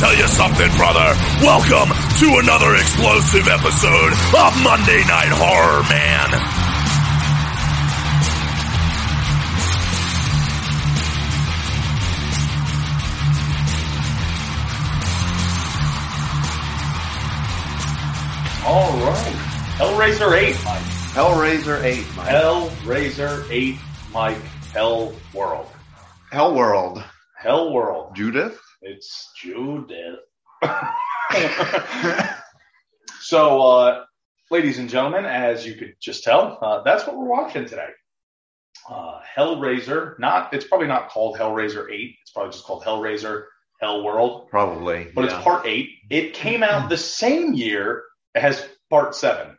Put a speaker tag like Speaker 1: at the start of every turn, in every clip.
Speaker 1: tell you something, brother? Welcome to another explosive episode of Monday Night Horror, man.
Speaker 2: All right. Hellraiser 8, Mike.
Speaker 3: Hellraiser 8, Mike.
Speaker 2: Hellraiser 8, Mike. Hell World.
Speaker 3: Hell World.
Speaker 2: Hell World.
Speaker 3: Judith?
Speaker 2: It's Judith. so, uh, ladies and gentlemen, as you could just tell, uh, that's what we're watching today. Uh, Hellraiser. Not. It's probably not called Hellraiser 8. It's probably just called Hellraiser Hell World.
Speaker 3: Probably.
Speaker 2: But
Speaker 3: yeah.
Speaker 2: it's part 8. It came out the same year as part 7.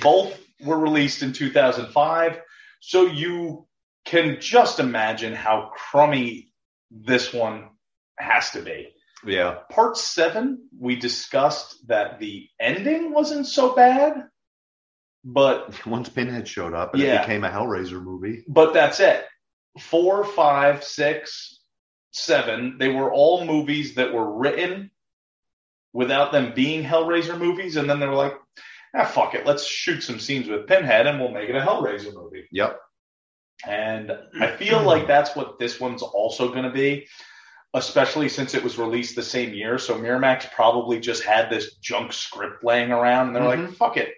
Speaker 2: Both were released in 2005. So you can just imagine how crummy this one has to be.
Speaker 3: yeah.
Speaker 2: Part seven, we discussed that the ending wasn't so bad, but
Speaker 3: Once Pinhead showed up and
Speaker 2: Yeah.
Speaker 3: it became a Hellraiser movie.
Speaker 2: but that's it. Four, five, six, seven, they were all movies that were written without them being Hellraiser movies, and then they were like, ah, fuck it, let's shoot some scenes with Pinhead and we'll make it a Hellraiser movie.
Speaker 3: Yep.
Speaker 2: And I feel like that's what this one's also going to be, especially since it was released the same year. So Miramax probably just had this junk script laying around and they're like, fuck it.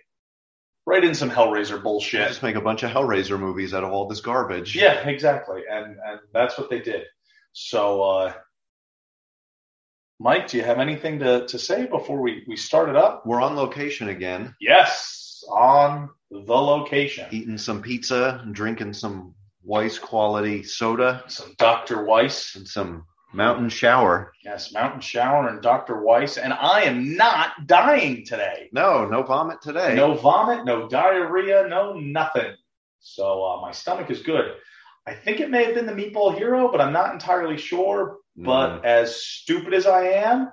Speaker 2: Write in some Hellraiser
Speaker 3: We'll
Speaker 2: bullshit.
Speaker 3: Just make a bunch of Hellraiser movies out of all this garbage.
Speaker 2: Yeah, exactly. And and that's what they did. So uh Mike, do you have anything to, to say before we, we start it up?
Speaker 3: We're on location again,
Speaker 2: Yes, on the location.
Speaker 3: eating some pizza and drinking some Weiss quality soda
Speaker 2: Some Dr. Weiss.
Speaker 3: and some mountain shower.
Speaker 2: Yes, Mountain Shower and Dr. Weiss. And I am not dying today.
Speaker 3: No, no vomit today.
Speaker 2: No vomit, no diarrhea, no nothing. So uh, my stomach is good. I think it may have been the Meatball Hero, but I'm not entirely sure. But
Speaker 3: Mm.
Speaker 2: as stupid as I am,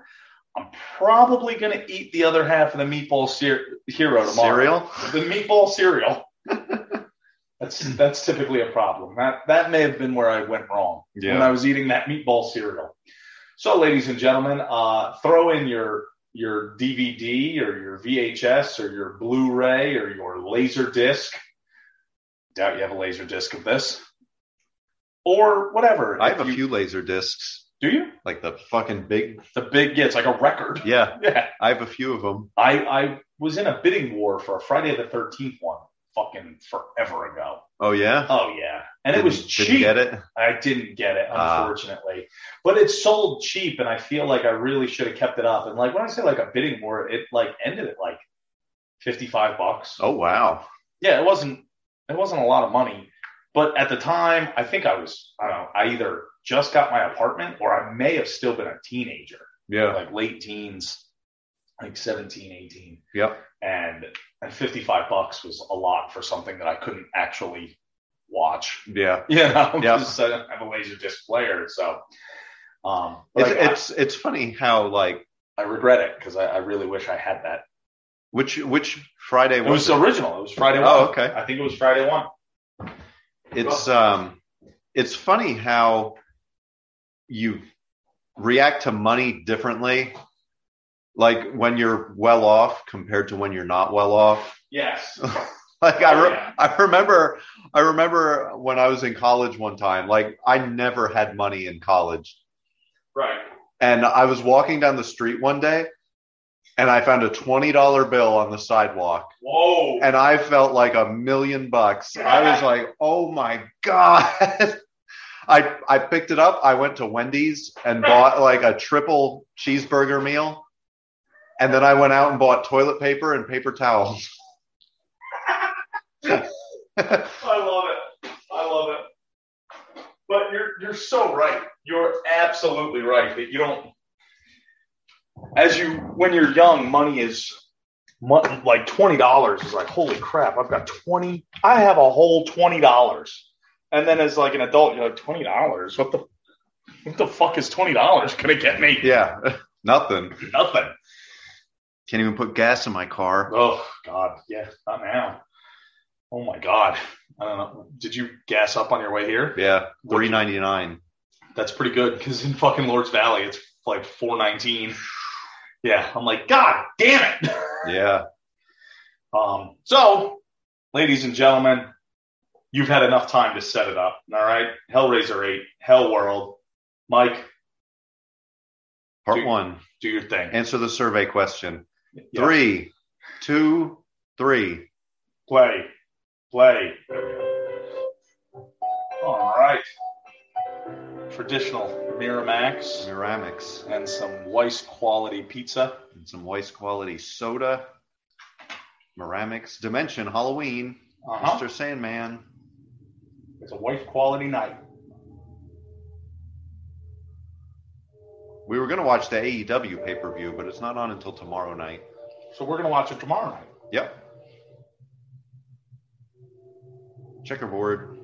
Speaker 2: I'm probably going to eat the other half of the Meatball Cer- Hero tomorrow.
Speaker 3: cereal?
Speaker 2: The Meatball Cereal. that's that's typically a problem. That that may have been where I went wrong when I was eating that meatball cereal. So, ladies and gentlemen, uh, throw in your your DVD or your VHS or your Blu-ray or your laser disc. Doubt you have a laser disc of this, or whatever.
Speaker 3: I have
Speaker 2: If
Speaker 3: a
Speaker 2: you-
Speaker 3: few laser discs,
Speaker 2: Do you?
Speaker 3: like the fucking big.
Speaker 2: The big, yeah, it's like a record.
Speaker 3: Yeah,
Speaker 2: Yeah,
Speaker 3: I have a few of them.
Speaker 2: I I was in a bidding war for a Friday the Thirteenth one, fucking forever ago.
Speaker 3: Oh yeah,
Speaker 2: Oh yeah, and it
Speaker 3: Didn't-
Speaker 2: was cheap.
Speaker 3: Didn't get it.
Speaker 2: I didn't get it,
Speaker 3: Ah.
Speaker 2: unfortunately. but it sold cheap, and I feel like I really should have kept it up. And like when I say like a bidding war, it like ended at like fifty-five bucks.
Speaker 3: Oh wow.
Speaker 2: Yeah, it wasn't it wasn't a lot of money, but at the time, I think I was I don't know. I either just got my apartment, or I may have still been a teenager,
Speaker 3: Yeah.
Speaker 2: like late teens, like 17, 18
Speaker 3: Yep.
Speaker 2: and and fifty-five bucks was a lot for something that I couldn't actually watch.
Speaker 3: Yeah.
Speaker 2: Yeah,
Speaker 3: Yeah.
Speaker 2: because I don't have a laser disc player, so um,
Speaker 3: It's
Speaker 2: like,
Speaker 3: it's it's funny how like
Speaker 2: I, I regret it because I, I really wish I had that.
Speaker 3: which which Friday
Speaker 2: It was
Speaker 3: was,
Speaker 2: original. It was Friday.
Speaker 3: Oh,
Speaker 2: one.
Speaker 3: okay.
Speaker 2: I think it was Friday one.
Speaker 3: it? It's um it's funny how you react to money differently like when you're well off compared to when you're not well off.
Speaker 2: Yes.
Speaker 3: Like I
Speaker 2: Oh,
Speaker 3: re-
Speaker 2: yeah.
Speaker 3: I remember I remember when I was in college one time like I never had money in college.
Speaker 2: right.
Speaker 3: and I was walking down the street one day and I found a $20 bill on the sidewalk
Speaker 2: Whoa.
Speaker 3: and I felt like a million bucks. I was like, "Oh my god." I I picked it up. I went to Wendy's and bought like a triple cheeseburger meal. And then I went out and bought toilet paper and paper towels.
Speaker 2: I love it. I love it. But you're you're so right. You're absolutely right that you don't. As you when you're young, money is mon- like twenty dollars is like holy crap. I've got twenty. I have a whole twenty dollars. And then as like an adult, you're like twenty dollars. What the what the fuck is twenty dollars gonna get me?
Speaker 3: Yeah. Nothing.
Speaker 2: Nothing.
Speaker 3: Can't even put gas in my car.
Speaker 2: Oh God, yeah, not now. Oh my God. I don't know. Did you gas up on your way here?
Speaker 3: Yeah. 3.99.
Speaker 2: That's pretty good because in fucking Lord's Valley, it's like four nineteen. Yeah, I'm like, God damn it.
Speaker 3: Yeah.
Speaker 2: Um, so, ladies and gentlemen, you've had enough time to set it up. All right, Hellraiser Eight, Hell World, Mike,
Speaker 3: Part
Speaker 2: Dude.
Speaker 3: one.
Speaker 2: do your thing.
Speaker 3: Answer the survey question.
Speaker 2: Yeah.
Speaker 3: Three, two, three.
Speaker 2: Play. Play. All right. Traditional Miramax
Speaker 3: Miramics
Speaker 2: and some Weiss quality pizza.
Speaker 3: and some waste quality soda. Miramics Dimension Halloween.
Speaker 2: Uh-huh.
Speaker 3: Mr. Sandman.
Speaker 2: It's a Weiss quality night.
Speaker 3: We were going to watch the AEW pay per view, but it's not on until tomorrow night.
Speaker 2: So we're going to watch it tomorrow night.
Speaker 3: Yep. Checkerboard.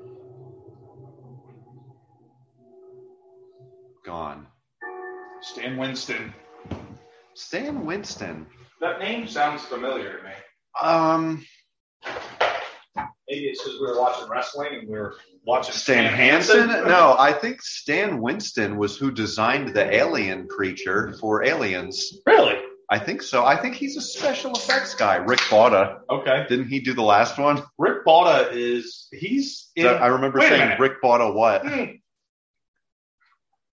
Speaker 3: Gone.
Speaker 2: Stan Winston.
Speaker 3: Stan Winston.
Speaker 2: That name sounds familiar to me.
Speaker 3: Um,
Speaker 2: Maybe it's because we were watching wrestling and we were watching
Speaker 3: Stan Hansen? No, I think Stan Winston was who designed the alien creature for aliens.
Speaker 2: Really?
Speaker 3: I think so. I think he's a special effects guy. Rick Botta.
Speaker 2: Okay.
Speaker 3: Didn't he do the last one?
Speaker 2: Rick Botta is, he's in.
Speaker 3: I remember
Speaker 2: Wait a
Speaker 3: saying
Speaker 2: minute.
Speaker 3: Rick Botta what?
Speaker 2: Hmm.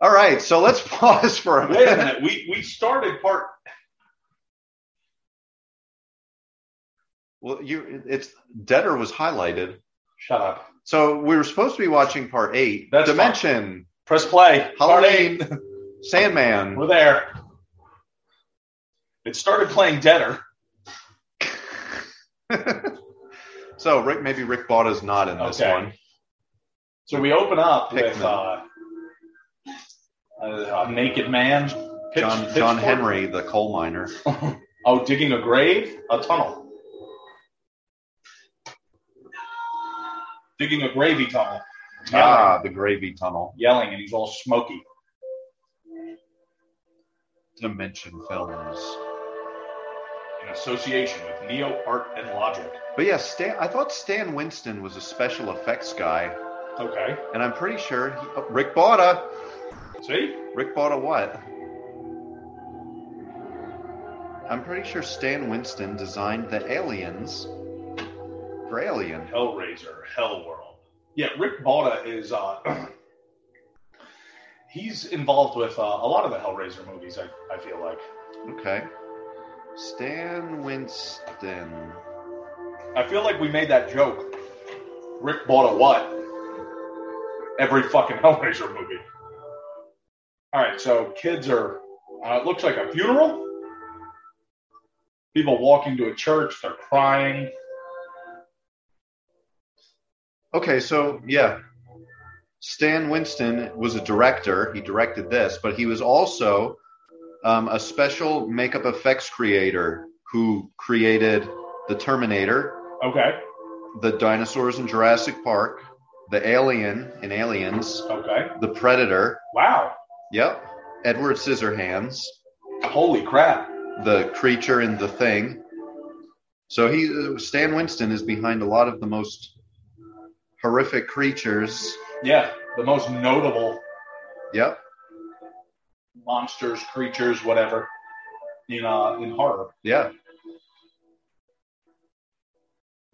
Speaker 3: All right, so let's pause for a
Speaker 2: Wait a minute.
Speaker 3: minute.
Speaker 2: We we started part.
Speaker 3: Well, you it's Deader was highlighted.
Speaker 2: Shut up.
Speaker 3: So we were supposed to be watching part eight.
Speaker 2: That's
Speaker 3: Dimension,
Speaker 2: Press play. Part eight.
Speaker 3: Halloween, Sandman.
Speaker 2: We're there. It started playing Deader.
Speaker 3: so Rick, maybe Rick Botta's not in this
Speaker 2: Okay.
Speaker 3: one.
Speaker 2: So we open up with uh,
Speaker 3: Pikmin.
Speaker 2: a, a naked man. Pitch-
Speaker 3: John
Speaker 2: pitchfork.
Speaker 3: John Henry, the coal miner.
Speaker 2: Oh, digging a grave, a tunnel. Digging a gravy tunnel. Yelling,
Speaker 3: Ah, the gravy tunnel.
Speaker 2: yelling, and he's all smoky.
Speaker 3: Dimension films.
Speaker 2: In association with Neo Art and Logic.
Speaker 3: But yeah, Stan, I thought Stan Winston was a special effects guy,
Speaker 2: Okay.
Speaker 3: and I'm pretty sure he, oh, Rick Botta.
Speaker 2: See?
Speaker 3: Rick Botta what? I'm pretty sure Stan Winston designed the aliens for Alien.
Speaker 2: Hellraiser, Hellworld. Yeah, Rick Balda is uh, he's involved with uh, a lot of the Hellraiser movies. I, I feel like
Speaker 3: Okay. Stan Winston.
Speaker 2: I feel like we made that joke. Rick Balda what? Every fucking Hellraiser movie. All right, so kids are. Uh, it looks like a funeral. People walking to a church. They're crying.
Speaker 3: Okay, so yeah. Stan Winston was a director. He directed this, but he was also um, a special makeup effects creator who created the Terminator,
Speaker 2: Okay.
Speaker 3: the dinosaurs in Jurassic Park, the alien in Aliens,
Speaker 2: Okay.
Speaker 3: the Predator.
Speaker 2: Wow.
Speaker 3: Yep. Edward Scissorhands,
Speaker 2: Holy crap.
Speaker 3: the creature in the thing. So he, uh, Stan Winston, is behind a lot of the most horrific creatures.
Speaker 2: Yeah. The most notable
Speaker 3: Yep.
Speaker 2: monsters, creatures, whatever, in uh, in horror.
Speaker 3: Yeah.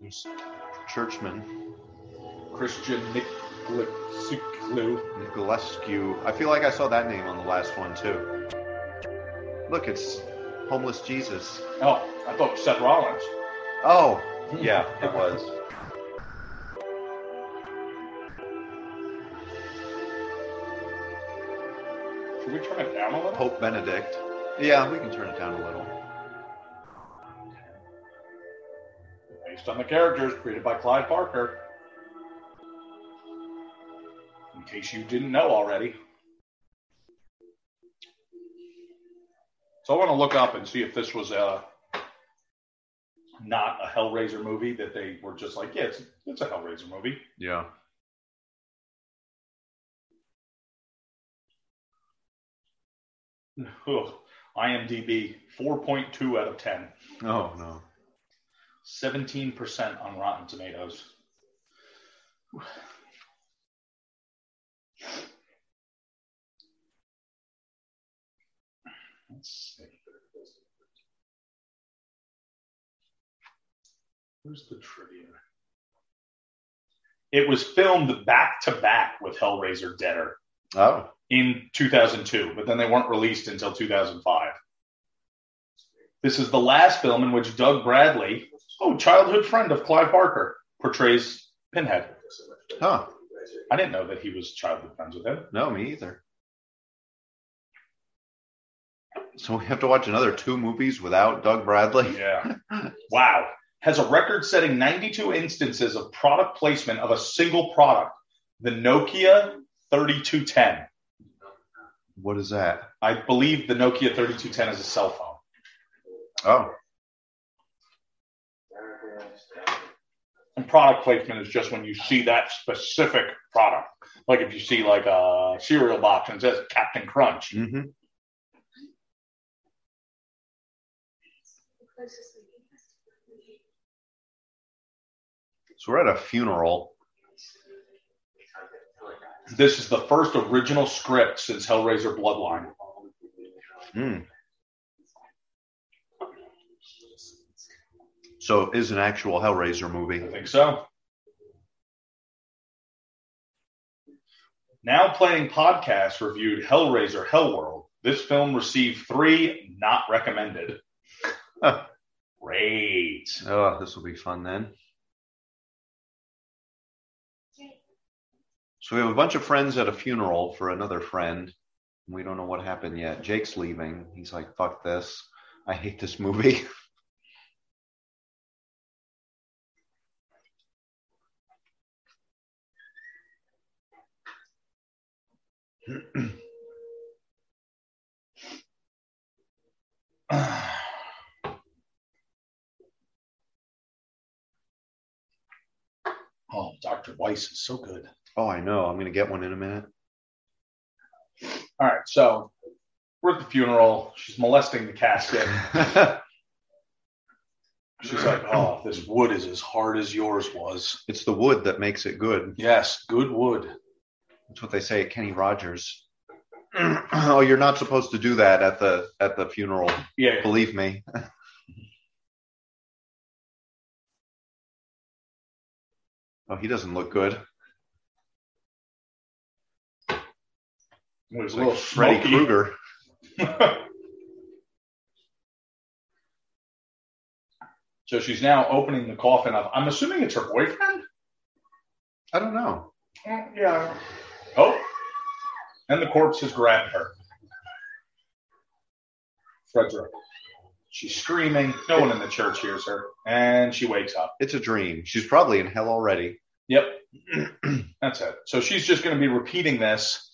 Speaker 3: There's Churchman,
Speaker 2: Christian Nicolescu.
Speaker 3: Nicolescu. I feel like I saw that name on the last one too. Look, it's homeless Jesus.
Speaker 2: Oh, I thought Seth Rollins. Hmm.
Speaker 3: Oh, yeah, it was.
Speaker 2: Should we turn it down a little?
Speaker 3: Pope Benedict. Yeah, we can turn it down a little.
Speaker 2: Based on the characters created by Clyde Barker. In case you didn't know already. So I want to look up and see if this was a not a Hellraiser movie that they were just like, yeah, it's, it's a Hellraiser movie.
Speaker 3: Yeah.
Speaker 2: Ugh. IMDb, 4.2 out of 10,
Speaker 3: Oh no.
Speaker 2: 17% on Rotten Tomatoes. Where's the trivia? It was filmed back to back with Hellraiser Deader
Speaker 3: Oh,
Speaker 2: in 2002, but then they weren't released until 2005. This is the last film in which Doug Bradley, oh, childhood friend of Clive Barker, portrays Pinhead.
Speaker 3: huh?
Speaker 2: I didn't know that he was childhood friends with him.
Speaker 3: No, me either. So we have to watch another two movies without Doug Bradley.
Speaker 2: Yeah. wow. Has a record setting 92 instances of product placement of a single product, the Nokia 3210.
Speaker 3: What is that?
Speaker 2: I believe the Nokia 3210 is a cell phone.
Speaker 3: Oh,
Speaker 2: And product placement is just when you see that specific product. Like if you see like a cereal box and it says Captain Crunch.
Speaker 3: hmm so we're at a funeral.
Speaker 2: This is the first original script since Hellraiser Bloodline.
Speaker 3: Hmm. So it is an actual Hellraiser movie.
Speaker 2: I think so. Now playing podcast reviewed Hellraiser Hellworld. This film received three not recommended.
Speaker 3: Huh.
Speaker 2: Great.
Speaker 3: Oh, this will be fun then. So we have a bunch of friends at a funeral for another friend. and We don't know what happened yet. Jake's leaving. He's like, fuck this. I hate this movie.
Speaker 2: Oh, Dr. Weiss is so good.
Speaker 3: Oh, I know. I'm going to get one in a minute.
Speaker 2: All right, so we're at the funeral. She's molesting the casket. She's like, "Oh, this wood is as hard as yours was."
Speaker 3: it's the wood that makes it good.
Speaker 2: Yes, good wood.
Speaker 3: That's what they say at Kenny Rogers. oh, you're not supposed to do that at the at the funeral.
Speaker 2: Yeah,
Speaker 3: Believe me. oh, he doesn't look good.
Speaker 2: it was a
Speaker 3: Like
Speaker 2: little
Speaker 3: Freddy
Speaker 2: smoky.
Speaker 3: Krueger.
Speaker 2: so she's now opening the coffin up. I'm assuming it's her boyfriend.
Speaker 3: I don't know.
Speaker 2: Yeah. Oh, and the corpse has grabbed her. Frederick. She's screaming. No one in the church hears her, and she wakes up.
Speaker 3: It's a dream. She's probably in hell already.
Speaker 2: Yep. That's it. So she's just going to be repeating this.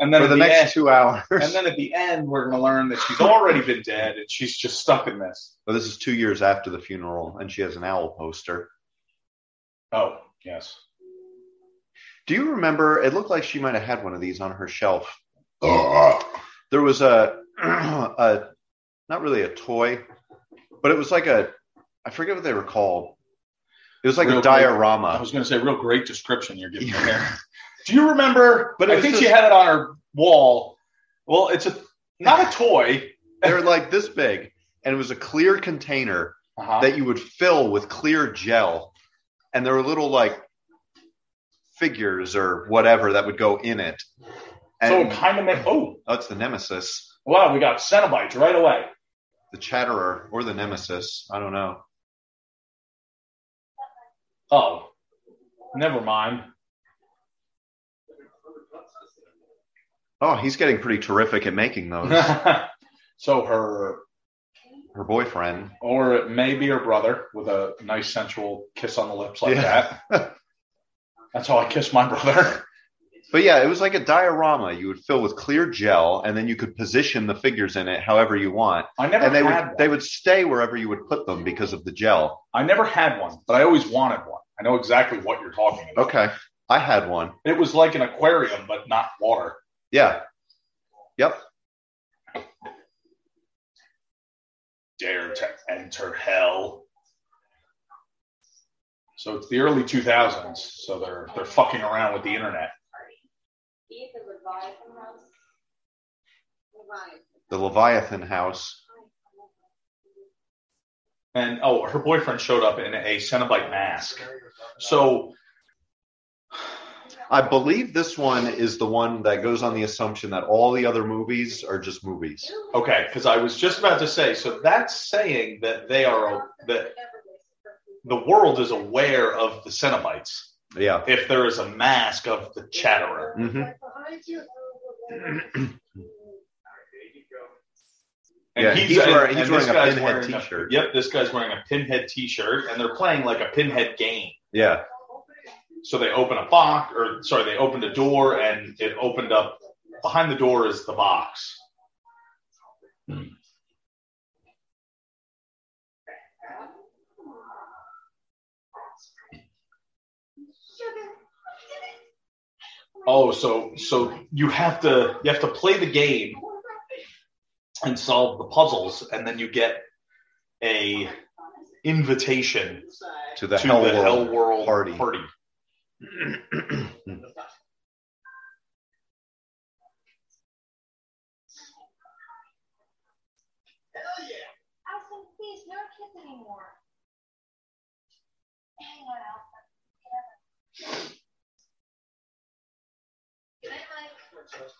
Speaker 2: And then
Speaker 3: For
Speaker 2: at
Speaker 3: the next
Speaker 2: end-
Speaker 3: two hours.
Speaker 2: and then at the end, we're going to learn that she's already been dead and she's just stuck in this.
Speaker 3: Well, this is two years after the funeral, and she has an owl poster.
Speaker 2: Oh, yes.
Speaker 3: Do you remember? It looked like she might have had one of these on her shelf.
Speaker 1: Uh-huh.
Speaker 3: There was a, a not really a toy, but it was like a, I forget what they were called. It was like
Speaker 2: Real
Speaker 3: a
Speaker 2: quick. I
Speaker 3: diorama.
Speaker 2: was going to say, real great description you're giving me here. Do you remember?
Speaker 3: But
Speaker 2: But
Speaker 3: it
Speaker 2: I
Speaker 3: was
Speaker 2: think she
Speaker 3: just-
Speaker 2: had it on her wall. Well, it's a not a toy.
Speaker 3: they were like this big, and it was a clear container
Speaker 2: Uh-huh.
Speaker 3: that you would fill with clear gel, and there were little like figures or whatever that would go in it.
Speaker 2: so
Speaker 3: And
Speaker 2: it kind of made. Oh,
Speaker 3: that's the nemesis.
Speaker 2: wow, we got Cenobites right away.
Speaker 3: the chatterer or the nemesis. I don't know.
Speaker 2: Oh, never mind.
Speaker 3: Oh, he's getting pretty terrific at making those.
Speaker 2: so her
Speaker 3: Her boyfriend.
Speaker 2: or it may be her brother with a nice sensual kiss on the lips like
Speaker 3: Yeah.
Speaker 2: that. That's how I kiss my brother.
Speaker 3: But yeah, it was like a diorama you would fill with clear gel and then you could position the figures in it however you want.
Speaker 2: I never
Speaker 3: And they
Speaker 2: had
Speaker 3: would
Speaker 2: one.
Speaker 3: they would stay wherever you would put them because of the gel.
Speaker 2: I never had one, but I always wanted one. I know exactly what you're talking about.
Speaker 3: Okay. I had one.
Speaker 2: It was like an aquarium, but not water.
Speaker 3: Yeah. Yep.
Speaker 2: Dare to enter hell. So it's the early 2000s. So they're they're fucking around with the internet.
Speaker 4: Be the Leviathan House. Leviathan.
Speaker 3: the Leviathan house.
Speaker 2: And oh, her boyfriend showed up in a Cenobite mask. So
Speaker 3: I believe this one is the one that goes on the assumption that all the other movies are just movies.
Speaker 2: okay, because I was just about to say, so that's saying that they are a- that the world is aware of the Cenobites.
Speaker 3: Yeah.
Speaker 2: If there is a mask of the Chatterer,
Speaker 3: hmm
Speaker 2: and
Speaker 3: Yeah, he's wearing-
Speaker 2: this
Speaker 3: he's wearing a
Speaker 2: guy's
Speaker 3: pinhead
Speaker 2: wearing
Speaker 3: t-shirt.
Speaker 2: yep, this guy's wearing a pinhead T-shirt, and they're playing like a pinhead game.
Speaker 3: Yeah.
Speaker 2: So they open a box, or sorry, they opened a door, and it opened up. Behind the door is the box. Hmm. Oh, so so you have to you have to play the game and solve the puzzles, and then you get a invitation
Speaker 3: To the
Speaker 2: to
Speaker 3: hell
Speaker 2: the
Speaker 3: world.
Speaker 2: Hell World
Speaker 3: party.
Speaker 2: party.
Speaker 4: I said, please, no kids anymore. Hang on, Alpha. Good night, Mike.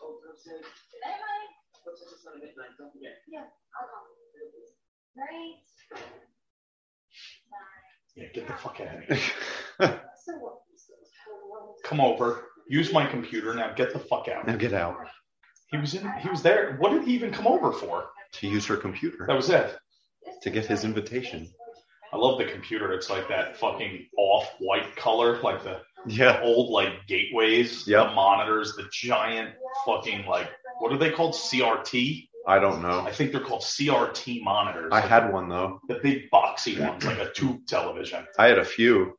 Speaker 4: Good night, Mike. Yeah, I'll call. Great. Bye.
Speaker 2: Yeah, get the fuck out of here.
Speaker 4: So what?
Speaker 2: Come over. Use my computer now. Get the fuck out.
Speaker 3: now get out
Speaker 2: He was in. He was there. What did he even come over for?
Speaker 3: to use her computer.
Speaker 2: That was it.
Speaker 3: To get his invitation.
Speaker 2: I love the computer. It's like that fucking off-white color, like the
Speaker 3: Yeah.
Speaker 2: old like gateways,
Speaker 3: Yep.
Speaker 2: the monitors, the giant fucking like what are they called? CRT.
Speaker 3: I don't know.
Speaker 2: I think they're called CRT monitors.
Speaker 3: I had one though.
Speaker 2: the big boxy ones, like a tube television.
Speaker 3: I had a few.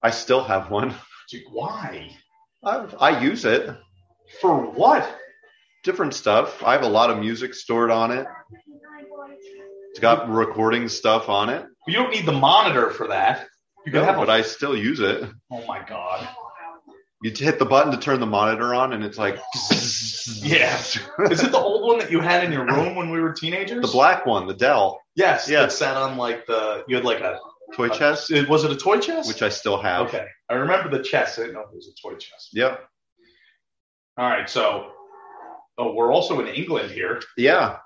Speaker 3: I still have one.
Speaker 2: It's like, why?
Speaker 3: I, I use it.
Speaker 2: For what?
Speaker 3: Different stuff. I have a lot of music stored on it. It's got recording stuff on it.
Speaker 2: You don't need the monitor for that. You can
Speaker 3: No,
Speaker 2: have
Speaker 3: but
Speaker 2: a,
Speaker 3: I still use it.
Speaker 2: Oh my god.
Speaker 3: You hit the button to turn the monitor on, and it's like
Speaker 2: Yeah. Is it the old one that you had in your room when we were teenagers?
Speaker 3: the black one, the Dell
Speaker 2: Yes.
Speaker 3: Yeah.
Speaker 2: That sat on like the you had like a
Speaker 3: toy chest,
Speaker 2: was it a toy chest?
Speaker 3: which I still have.
Speaker 2: Uh, Okay. I remember the chest. I didn't know if it was a toy chest.
Speaker 3: Yep.
Speaker 2: All right, so oh, we're also in England here.
Speaker 3: Yeah,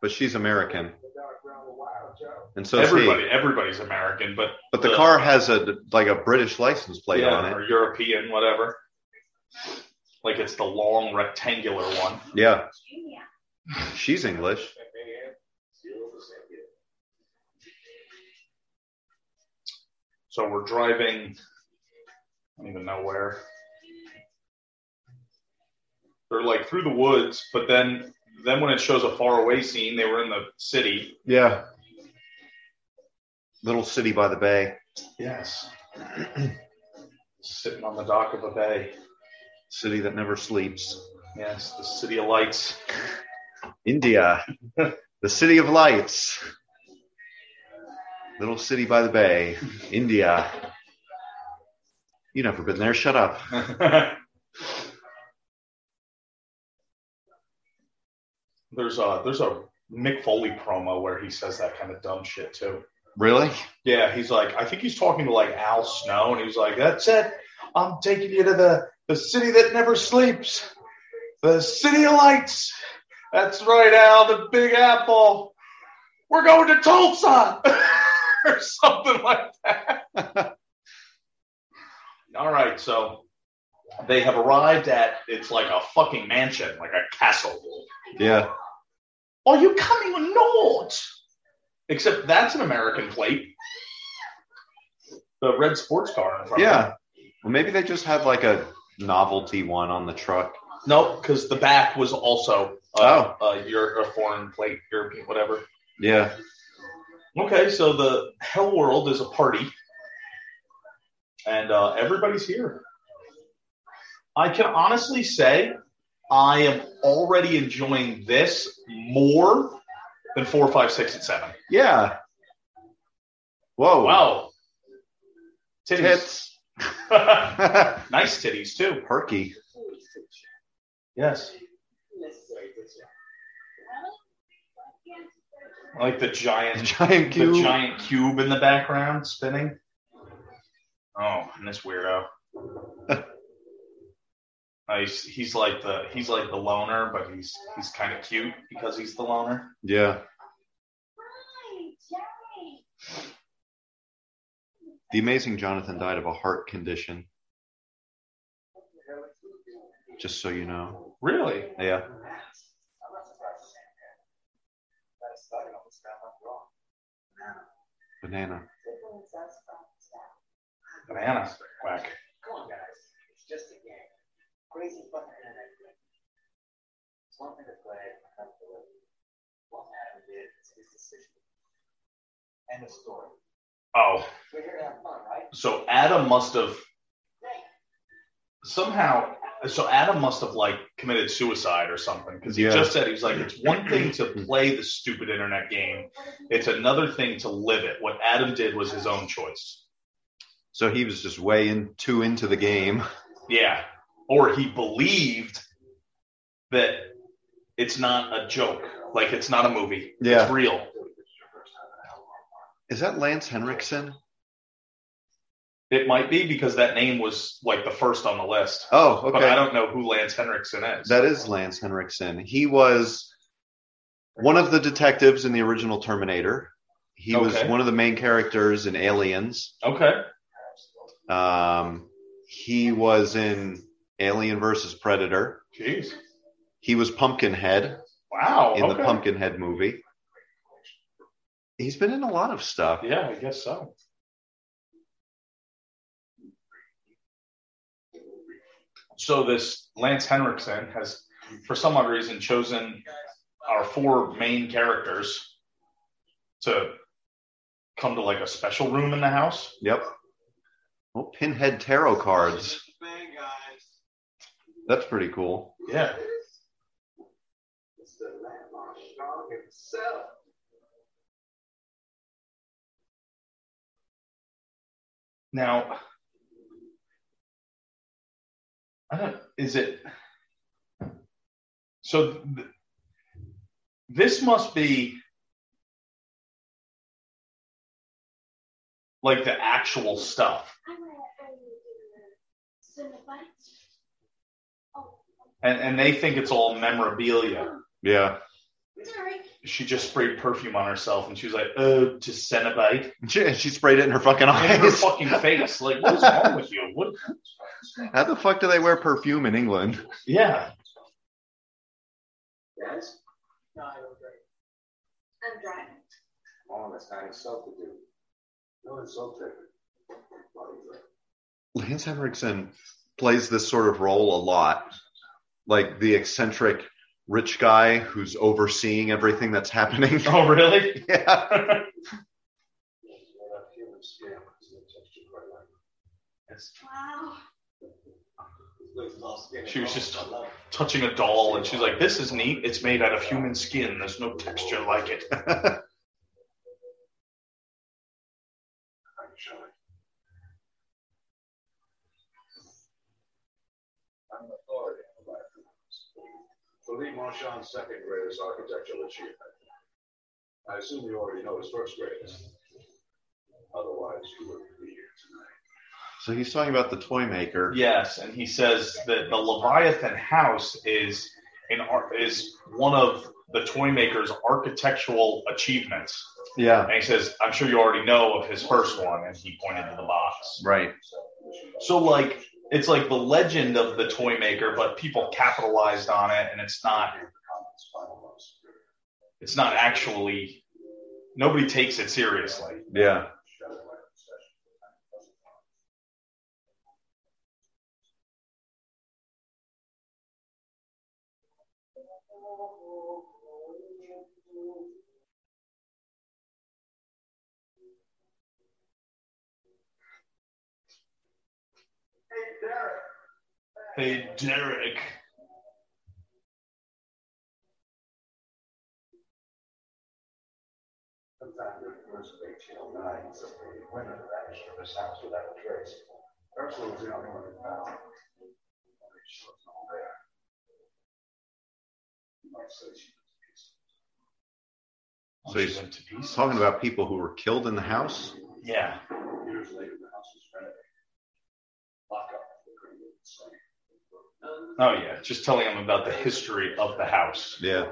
Speaker 3: but she's American, and so is he.
Speaker 2: Everybody, everybody's American, but
Speaker 3: But the
Speaker 2: the-
Speaker 3: car has a like a British license plate
Speaker 2: yeah,
Speaker 3: on it.
Speaker 2: or European, whatever. Like it's the long rectangular one.
Speaker 3: Yeah,
Speaker 4: Junior.
Speaker 3: she's English.
Speaker 2: So we're driving. I don't even know where. They're like through the woods, but then then when it shows a faraway scene, they were in the city.
Speaker 3: Yeah. Little city by the bay.
Speaker 2: Yes. Sitting on the dock of a bay.
Speaker 3: City that never sleeps.
Speaker 2: Yes, the city of lights.
Speaker 3: India. the city of lights. Little city by the bay. India. You never been there. Shut up.
Speaker 2: there's a there's a Mick Foley promo where he says that kind of dumb shit too.
Speaker 3: Really?
Speaker 2: Yeah, he's like, I think he's talking to like Al Snow, and he was like, "That's it, I'm taking you to the the city that never sleeps, the city of lights." That's right, Al, the Big Apple. We're going to Tulsa or something like that. All right, so they have arrived at it's like a fucking mansion, like a castle.
Speaker 3: Yeah.
Speaker 2: Are you coming or not? Except that's an American plate. The red sports car in front of it.
Speaker 3: Yeah. Well, maybe they just had like a novelty one on the truck.
Speaker 2: No, because the back was also
Speaker 3: Oh.
Speaker 2: uh, uh, your a foreign plate, European, whatever.
Speaker 3: Yeah.
Speaker 2: Okay, so the Hell World is a party, and uh, everybody's here. I can honestly say I am already enjoying this more than four, five, six, and seven.
Speaker 3: Yeah. Whoa.
Speaker 2: Wow, titties.
Speaker 3: Oh. Tits.
Speaker 2: nice titties too.
Speaker 3: Perky.
Speaker 2: Yes. I like the giant
Speaker 3: Giant
Speaker 2: the
Speaker 3: cube.
Speaker 2: giant cube in the background spinning. Oh, and this weirdo. Uh, he's, he's like the he's like the loner, but he's he's kind of cute because he's the loner.
Speaker 3: Yeah.
Speaker 4: Hi, Jerry.
Speaker 3: The amazing Jonathan died of a heart condition. Just so you know.
Speaker 2: Really?
Speaker 3: Yeah. Banana.
Speaker 2: Banana whack.
Speaker 5: Come on, guys. It's just a game. Crazy fucking internet game. It's one thing to play, another to live. What Adam did is his decision. End of story.
Speaker 2: Oh,
Speaker 5: We're here to have fun, right?
Speaker 2: so Adam must have somehow. So Adam must have like committed suicide or something because he
Speaker 3: Yeah.
Speaker 2: just said he was like, it's one thing to play the stupid internet game, it's another thing to live it. What Adam did was his own choice.
Speaker 3: So he was just way in too into the game.
Speaker 2: Yeah, or he believed that it's not a joke, like it's not a movie,
Speaker 3: Yeah.
Speaker 2: it's real.
Speaker 3: Is that Lance Henriksen?
Speaker 2: It might be because that name was like the first on the list,
Speaker 3: Oh, okay.
Speaker 2: but I don't know who Lance Henriksen is.
Speaker 3: That is Lance Henriksen. He was one of the detectives in the original Terminator. He was
Speaker 2: Okay.
Speaker 3: one of the main characters in Aliens.
Speaker 2: okay.
Speaker 3: Um, he was in Alien versus Predator.
Speaker 2: Jeez.
Speaker 3: He was Pumpkinhead
Speaker 2: Wow.
Speaker 3: in
Speaker 2: okay.
Speaker 3: the Pumpkinhead movie. He's been in a lot of stuff.
Speaker 2: Yeah, I guess so. So this Lance Henriksen has, for some odd reason, chosen our four main characters to come to like a special room in the house.
Speaker 3: Yep. Well, Pinhead tarot cards. That's pretty cool.
Speaker 2: Yeah.
Speaker 5: It's the landmark strong himself.
Speaker 2: Now, I don't. Is it? So th- this must be like the actual stuff,
Speaker 4: I'm gonna earn you dinner. Send a bite. Oh,
Speaker 2: and and they think it's all memorabilia.
Speaker 3: Yeah.
Speaker 4: Jerry.
Speaker 2: She just sprayed perfume on herself, and she was like, "Oh, to Cenobite
Speaker 3: She, she sprayed it in her fucking
Speaker 2: in her
Speaker 3: eyes.
Speaker 2: fucking face." Like, what's wrong with you? What?
Speaker 3: How the fuck do they wear perfume in England?
Speaker 2: Yeah,
Speaker 5: Yes? No, I don't drink.
Speaker 4: I'm driving.
Speaker 5: All that's not insult to do. No insult to
Speaker 3: Lance Henriksen plays this sort of role a lot, like the eccentric rich guy who's overseeing everything that's happening.
Speaker 2: Oh, really?
Speaker 3: yeah.
Speaker 5: Made up human skin, it's the texture quite like.
Speaker 4: Wow.
Speaker 2: She was just- Touching a doll, and she's like, "This is neat. It's made out of human skin. There's no texture like it."
Speaker 5: I'm an authority on black For Lee Marchand's second greatest architectural achievement. I assume you already know his first greatest. Otherwise, you wouldn't be here tonight.
Speaker 3: So he's talking about the toy maker.
Speaker 2: Yes, and he says that the Leviathan house is an ar- is one of the toy maker's architectural achievements.
Speaker 3: Yeah.
Speaker 2: And he says, "I'm sure you already know of his first one," and he pointed to the box.
Speaker 3: Right.
Speaker 2: So like it's like the legend of the toy maker, but people capitalized on it, and it's not
Speaker 5: Comments, final ones.
Speaker 2: it's not actually nobody takes it seriously.
Speaker 3: Yeah.
Speaker 2: Hey Derek,
Speaker 5: Sometime during the course of 1809, separated women vanished from his house without a trace. Ursula was the only one who found. Only she was not there. You might say she was peaceful.
Speaker 3: So he's He's talking about people who were killed in the house.
Speaker 2: Yeah.
Speaker 5: Years later, the house was renovated. Lockup. They couldn't get it signed.
Speaker 2: Oh yeah. Just telling him about the history of the house.
Speaker 3: Yeah.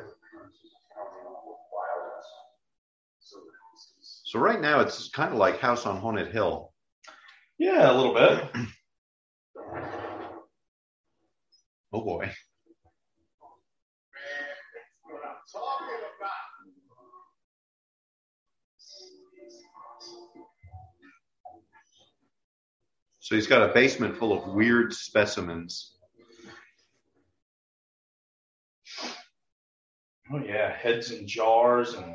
Speaker 3: So right now it's kind of like House on Haunted Hill.
Speaker 2: Yeah, a little bit.
Speaker 3: Oh boy. So he's got a basement full of weird specimens.
Speaker 2: Oh yeah, heads in jars and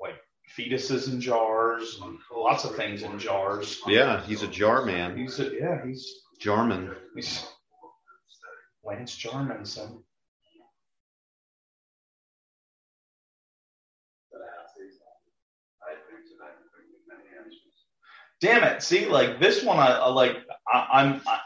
Speaker 2: like fetuses in jars and lots of things in jars.
Speaker 3: Yeah, he's a jar man.
Speaker 2: He's a, yeah, he's
Speaker 3: Jarman.
Speaker 2: he's Lance Jarmanson. Damn it! See, like this one, I, I like. I, I'm I,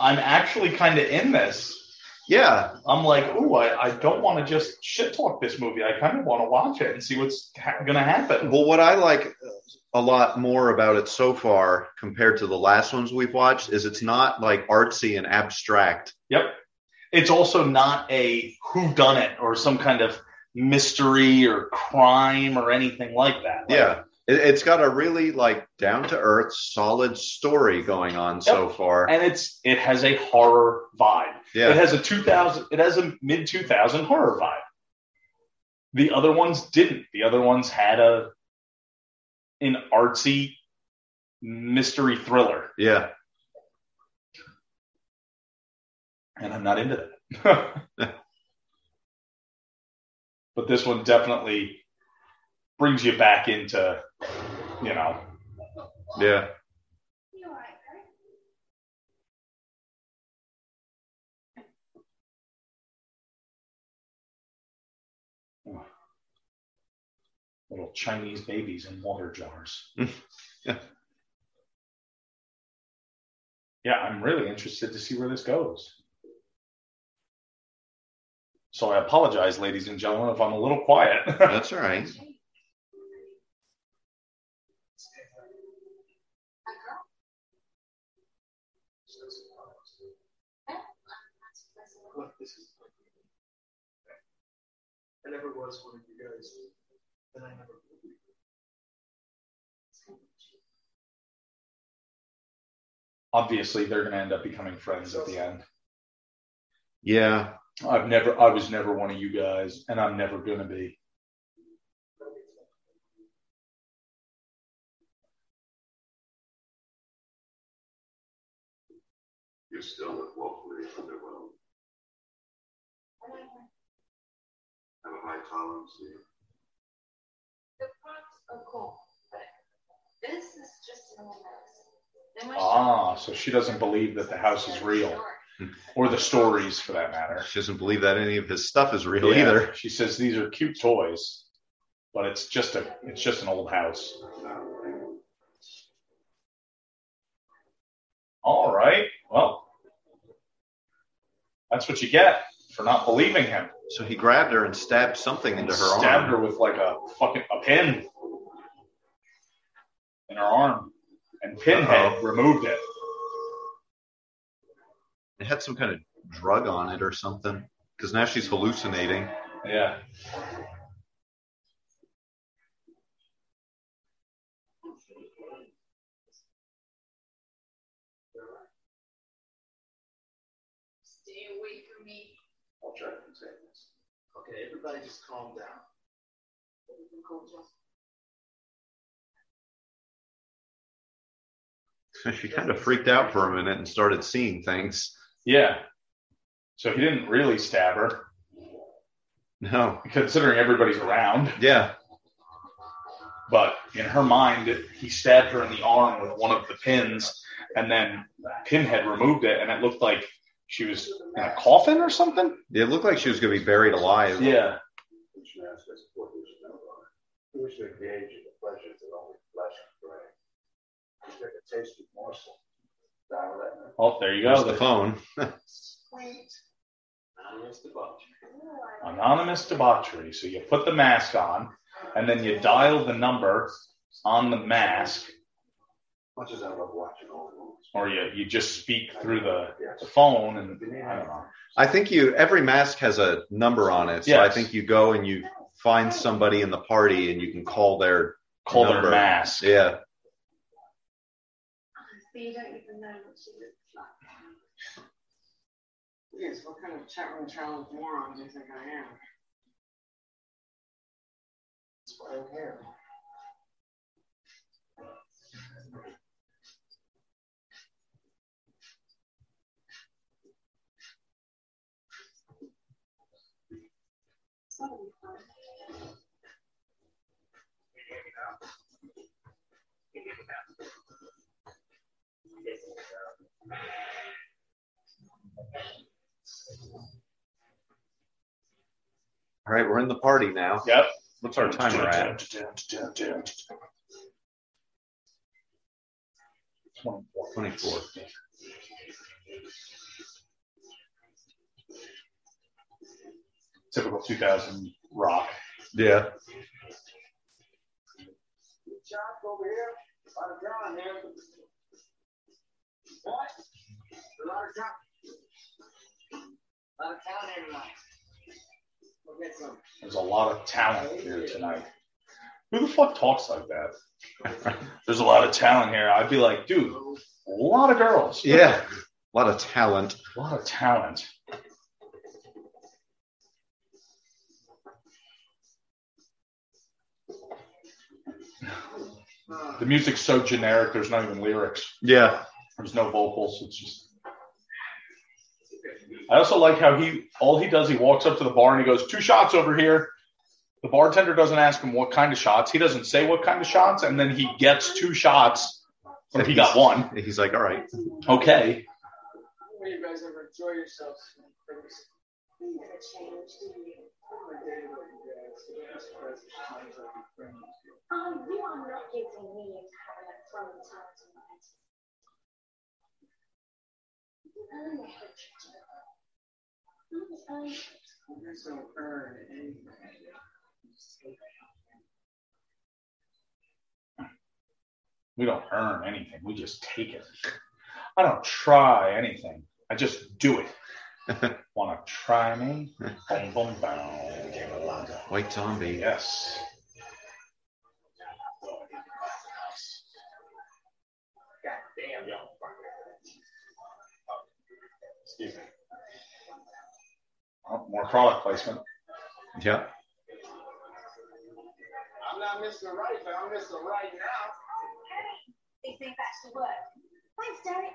Speaker 2: I'm actually kind of in this.
Speaker 3: Yeah,
Speaker 2: I'm like, ooh, I, I don't want to just shit talk this movie. I kind of want to watch it and see what's ha- going to happen.
Speaker 3: Well, what I like a lot more about it so far compared to the last ones we've watched is it's not like artsy and abstract.
Speaker 2: It's also not a who done it or some kind of mystery or crime or anything like that. Like,
Speaker 3: Yeah, it, it's got a really like down to earth, solid story going on so far.
Speaker 2: and it's it has a horror vibe. It
Speaker 3: yeah,
Speaker 2: has a 2000. It has a mid 2000 horror vibe. The other ones didn't. The other ones had a an artsy mystery thriller,
Speaker 3: yeah.
Speaker 2: and I'm not into that. but this one definitely brings you back into, you know,
Speaker 3: Yeah.
Speaker 4: You all right, Kurt?
Speaker 2: little Chinese babies in water jars.
Speaker 3: Yeah.
Speaker 2: Yeah, I'm really interested to see where this goes. So I apologize, ladies and gentlemen, if I'm a little quiet.
Speaker 3: That's all right.
Speaker 6: Look, this is. I never was one of you guys, and I never will be.
Speaker 2: Obviously, they're going to end up becoming friends at the end.
Speaker 3: Yeah.
Speaker 2: I've never, I was never one of you guys, and I'm never going to be.
Speaker 5: You're still with woefully underwhelmed. Have a high tolerance. do you?
Speaker 7: The props are cool, but this is just an old house.
Speaker 2: Ah, so she doesn't believe that the house is real, or the stories for that matter.
Speaker 3: She doesn't believe that any of his stuff is real
Speaker 2: Yeah.
Speaker 3: either.
Speaker 2: She says these are cute toys, but it's just a it's just an old house. All right. Well, that's what you get for not believing him.
Speaker 3: So he grabbed her and stabbed something into her
Speaker 2: Stabbed
Speaker 3: arm.
Speaker 2: her with like a fucking a pin in her arm, and Pinhead
Speaker 3: Uh-oh.
Speaker 2: removed it.
Speaker 3: It had some kind of drug on it or something. Because now she's hallucinating.
Speaker 2: Yeah.
Speaker 7: Stay away from me.
Speaker 5: I'll try to contain this.
Speaker 6: Okay, everybody just calm down.
Speaker 7: Everything cool, Jeff?
Speaker 3: she kind of freaked out for a minute and started seeing things.
Speaker 2: Yeah. So he didn't really stab her,
Speaker 3: No.
Speaker 2: considering everybody's around.
Speaker 3: Yeah.
Speaker 2: But in her mind, he stabbed her in the arm with one of the pins, and then Pinhead removed it, and it looked like she was in a coffin or something.
Speaker 3: It looked like she was going to be buried alive.
Speaker 2: Yeah.
Speaker 5: Which aspects of what we should know about it. We wish to engage in the pleasures that only flesh can bring. We should take a tasty morsel. Dial that in.
Speaker 2: Oh, there you
Speaker 3: There's
Speaker 2: go.
Speaker 3: the phone.
Speaker 6: Sweet.
Speaker 5: Anonymous debauchery.
Speaker 2: Anonymous debauchery. So you put the mask on, and then you dial the number on the mask,
Speaker 5: Much as I love watching old movies.
Speaker 2: or you, you just speak through the,
Speaker 5: Yes.
Speaker 2: the phone, and I don't know.
Speaker 3: I think you every mask has a number on it, so I
Speaker 2: Yes.
Speaker 3: think you go and you find somebody in the party and you can call their
Speaker 2: Call
Speaker 3: Number.
Speaker 2: their mask.
Speaker 3: yeah.
Speaker 7: So you don't even know what she looks like.
Speaker 8: Yes, what kind of chat room challenge moron do you think I am? That's why I'm here.
Speaker 3: All right, we're in the party now.
Speaker 2: Yep.
Speaker 3: What's our timer at? 24.
Speaker 2: Typical 2000 rock.
Speaker 3: Yeah.
Speaker 8: You chopped over here, a lot of drawing there. What? A lot of drop. A lot of town here tonight. We'll get some.
Speaker 2: There's a lot of talent here tonight. Who the fuck talks like that? There's a lot of talent here. I'd be like, dude, a lot of girls.
Speaker 3: Yeah. A lot of talent.
Speaker 2: A lot of talent. The music's so generic, there's not even lyrics.
Speaker 3: Yeah.
Speaker 2: There's no vocals. It's just. I also like how he, all he does, he walks up to the bar and he goes, two shots over here. The bartender doesn't ask him what kind of shots. He doesn't say what kind of shots. And then he gets two shots. Or he got one.
Speaker 3: He's like, all right.
Speaker 2: Okay.
Speaker 8: Well, you guys ever enjoy yourselves.
Speaker 7: You never change, do you? Oh, you are not giving me a covenant from time to night. You earn it, Richard. You earn it.
Speaker 8: There's no earn anything.
Speaker 2: We don't earn anything. We just take it. I don't try anything. I just do it. Want to try me? boom, boom, boom.
Speaker 3: White zombie.
Speaker 2: Yes.
Speaker 8: Goddamn, y'all.
Speaker 2: Excuse me. Oh, more product placement.
Speaker 3: Yeah.
Speaker 8: I'm not missing the right, but I'm missing the right now.
Speaker 7: These things actually work. Thanks, Derek.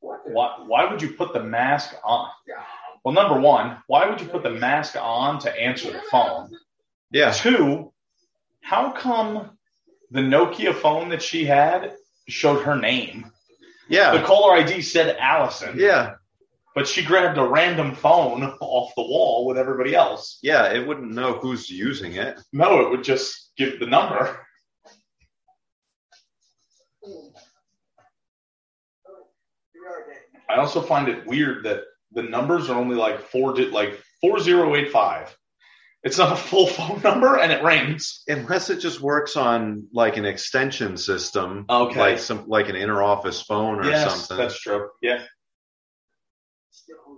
Speaker 8: What the?
Speaker 2: Why, why would you put the mask on?
Speaker 8: God.
Speaker 2: Well, number one, why would you put the mask on to answer the phone?
Speaker 3: Yeah.
Speaker 2: Two, how come the Nokia phone that she had showed her name? The
Speaker 3: Yeah.
Speaker 2: caller ID said Allison.
Speaker 3: Yeah.
Speaker 2: but she grabbed a random phone off the wall with everybody else.
Speaker 3: Yeah. It wouldn't know who's using it.
Speaker 2: No, it would just give the number.
Speaker 8: You are dead.
Speaker 2: I also find it weird that the numbers are only like four, di- like four zero eight five. It's not a full phone number, and it rings.
Speaker 3: Unless it just works on like an extension system.
Speaker 2: Okay.
Speaker 3: Like some like an inner office phone or
Speaker 2: yes,
Speaker 3: something.
Speaker 2: that's true. Yeah,
Speaker 8: Still holding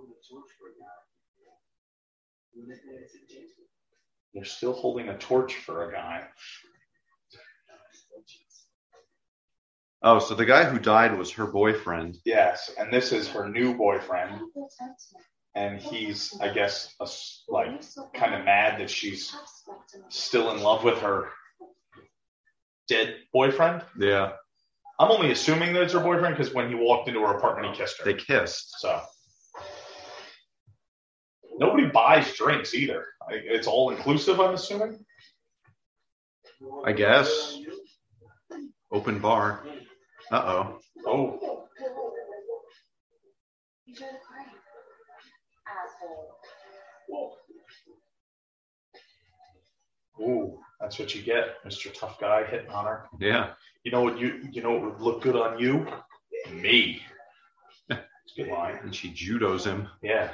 Speaker 8: the torch for a guy. When they did it to Jesus.
Speaker 2: you're still holding a torch for a guy.
Speaker 3: Oh, so the guy who died was her boyfriend.
Speaker 2: Yes, and this is her new
Speaker 7: I
Speaker 2: boyfriend,
Speaker 7: have the attention.
Speaker 2: and he's, I guess, a s like
Speaker 7: You've still
Speaker 2: kind of
Speaker 7: got
Speaker 2: mad that she's
Speaker 7: abstract in it.
Speaker 2: still in love with her dead boyfriend.
Speaker 3: Yeah.
Speaker 2: I'm only assuming that it's her boyfriend because when he walked into her apartment, he kissed her.
Speaker 3: They kissed.
Speaker 2: So nobody buys drinks either. I- It's all inclusive, I'm assuming.
Speaker 3: I guess. Open bar. Uh oh.
Speaker 2: Oh,
Speaker 7: You join the party. Asshole.
Speaker 2: ooh, that's what you get, Mr. Tough Guy hitting on her.
Speaker 3: Yeah.
Speaker 2: You know what you you know what would look good on you? Me. It's a good line.
Speaker 3: And she judos him.
Speaker 2: Yeah.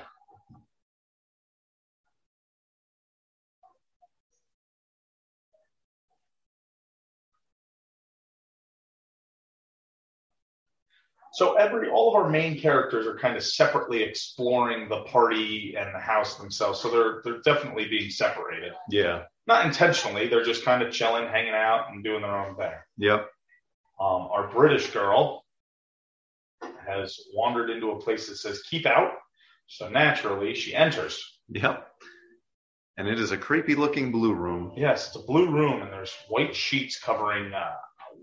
Speaker 2: So every all of our main characters are kind of separately exploring the party and the house themselves. So they're they're definitely being separated.
Speaker 3: Yeah.
Speaker 2: Not intentionally, they're just kind of chilling, hanging out, and doing their own thing.
Speaker 3: Yep.
Speaker 2: Um, our British girl has wandered into a place that says keep out. So naturally, she enters.
Speaker 3: Yep. And it is a creepy looking blue room.
Speaker 2: Yes, it's a blue room, and there's white sheets covering uh,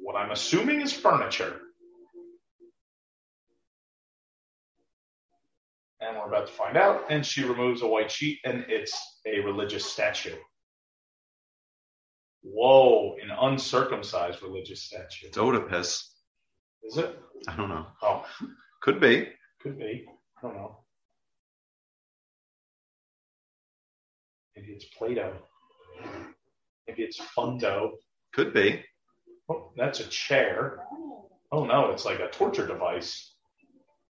Speaker 2: what I'm assuming is furniture. And we're about to find out. And she removes a white sheet, and it's a religious statue. Whoa, an uncircumcised religious statue.
Speaker 3: It's Oedipus.
Speaker 2: Is it?
Speaker 3: I don't know.
Speaker 2: Oh,
Speaker 3: Could be.
Speaker 2: could be. I don't know. Maybe it's Plato. Maybe it's Fundo.
Speaker 3: Could be.
Speaker 2: Oh, that's a chair. Oh no, it's like a torture device.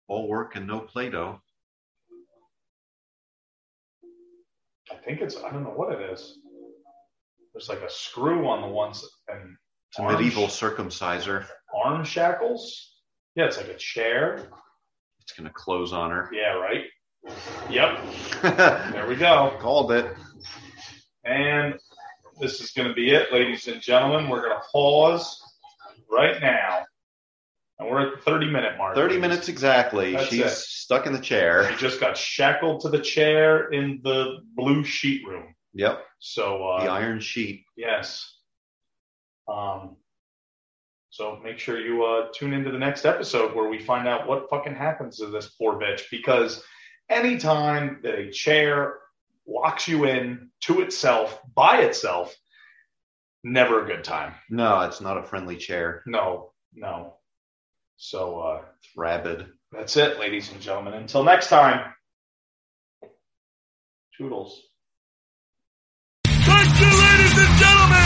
Speaker 3: All work and no Play Doh.
Speaker 2: I think it's. I don't know what it is. There's like a screw on the ones and
Speaker 3: It's a medieval circumciser.
Speaker 2: arm shackles. Yeah, it's like a chair.
Speaker 3: It's going to close on her.
Speaker 2: Yeah, right. Yep, there we go.
Speaker 3: Called it.
Speaker 2: And this is going to be it, ladies and gentlemen. We're going to pause right now, and we're at the 30 minute mark.
Speaker 3: 30 minutes exactly.
Speaker 2: That's
Speaker 3: She's
Speaker 2: it.
Speaker 3: stuck in the chair.
Speaker 2: She just got shackled to the chair in the blue sheet room.
Speaker 3: Yep.
Speaker 2: So uh,
Speaker 3: the iron sheet.
Speaker 2: Yes. Um, so make sure you uh, tune into the next episode where we find out what fucking happens to this poor bitch because anytime that a chair locks you in to itself by itself, never a good time.
Speaker 3: No, it's not a friendly chair.
Speaker 2: No, no. So uh,
Speaker 3: It's rabid.
Speaker 2: that's it, ladies and gentlemen. Until next time, toodles.
Speaker 1: Thank you, ladies and gentlemen.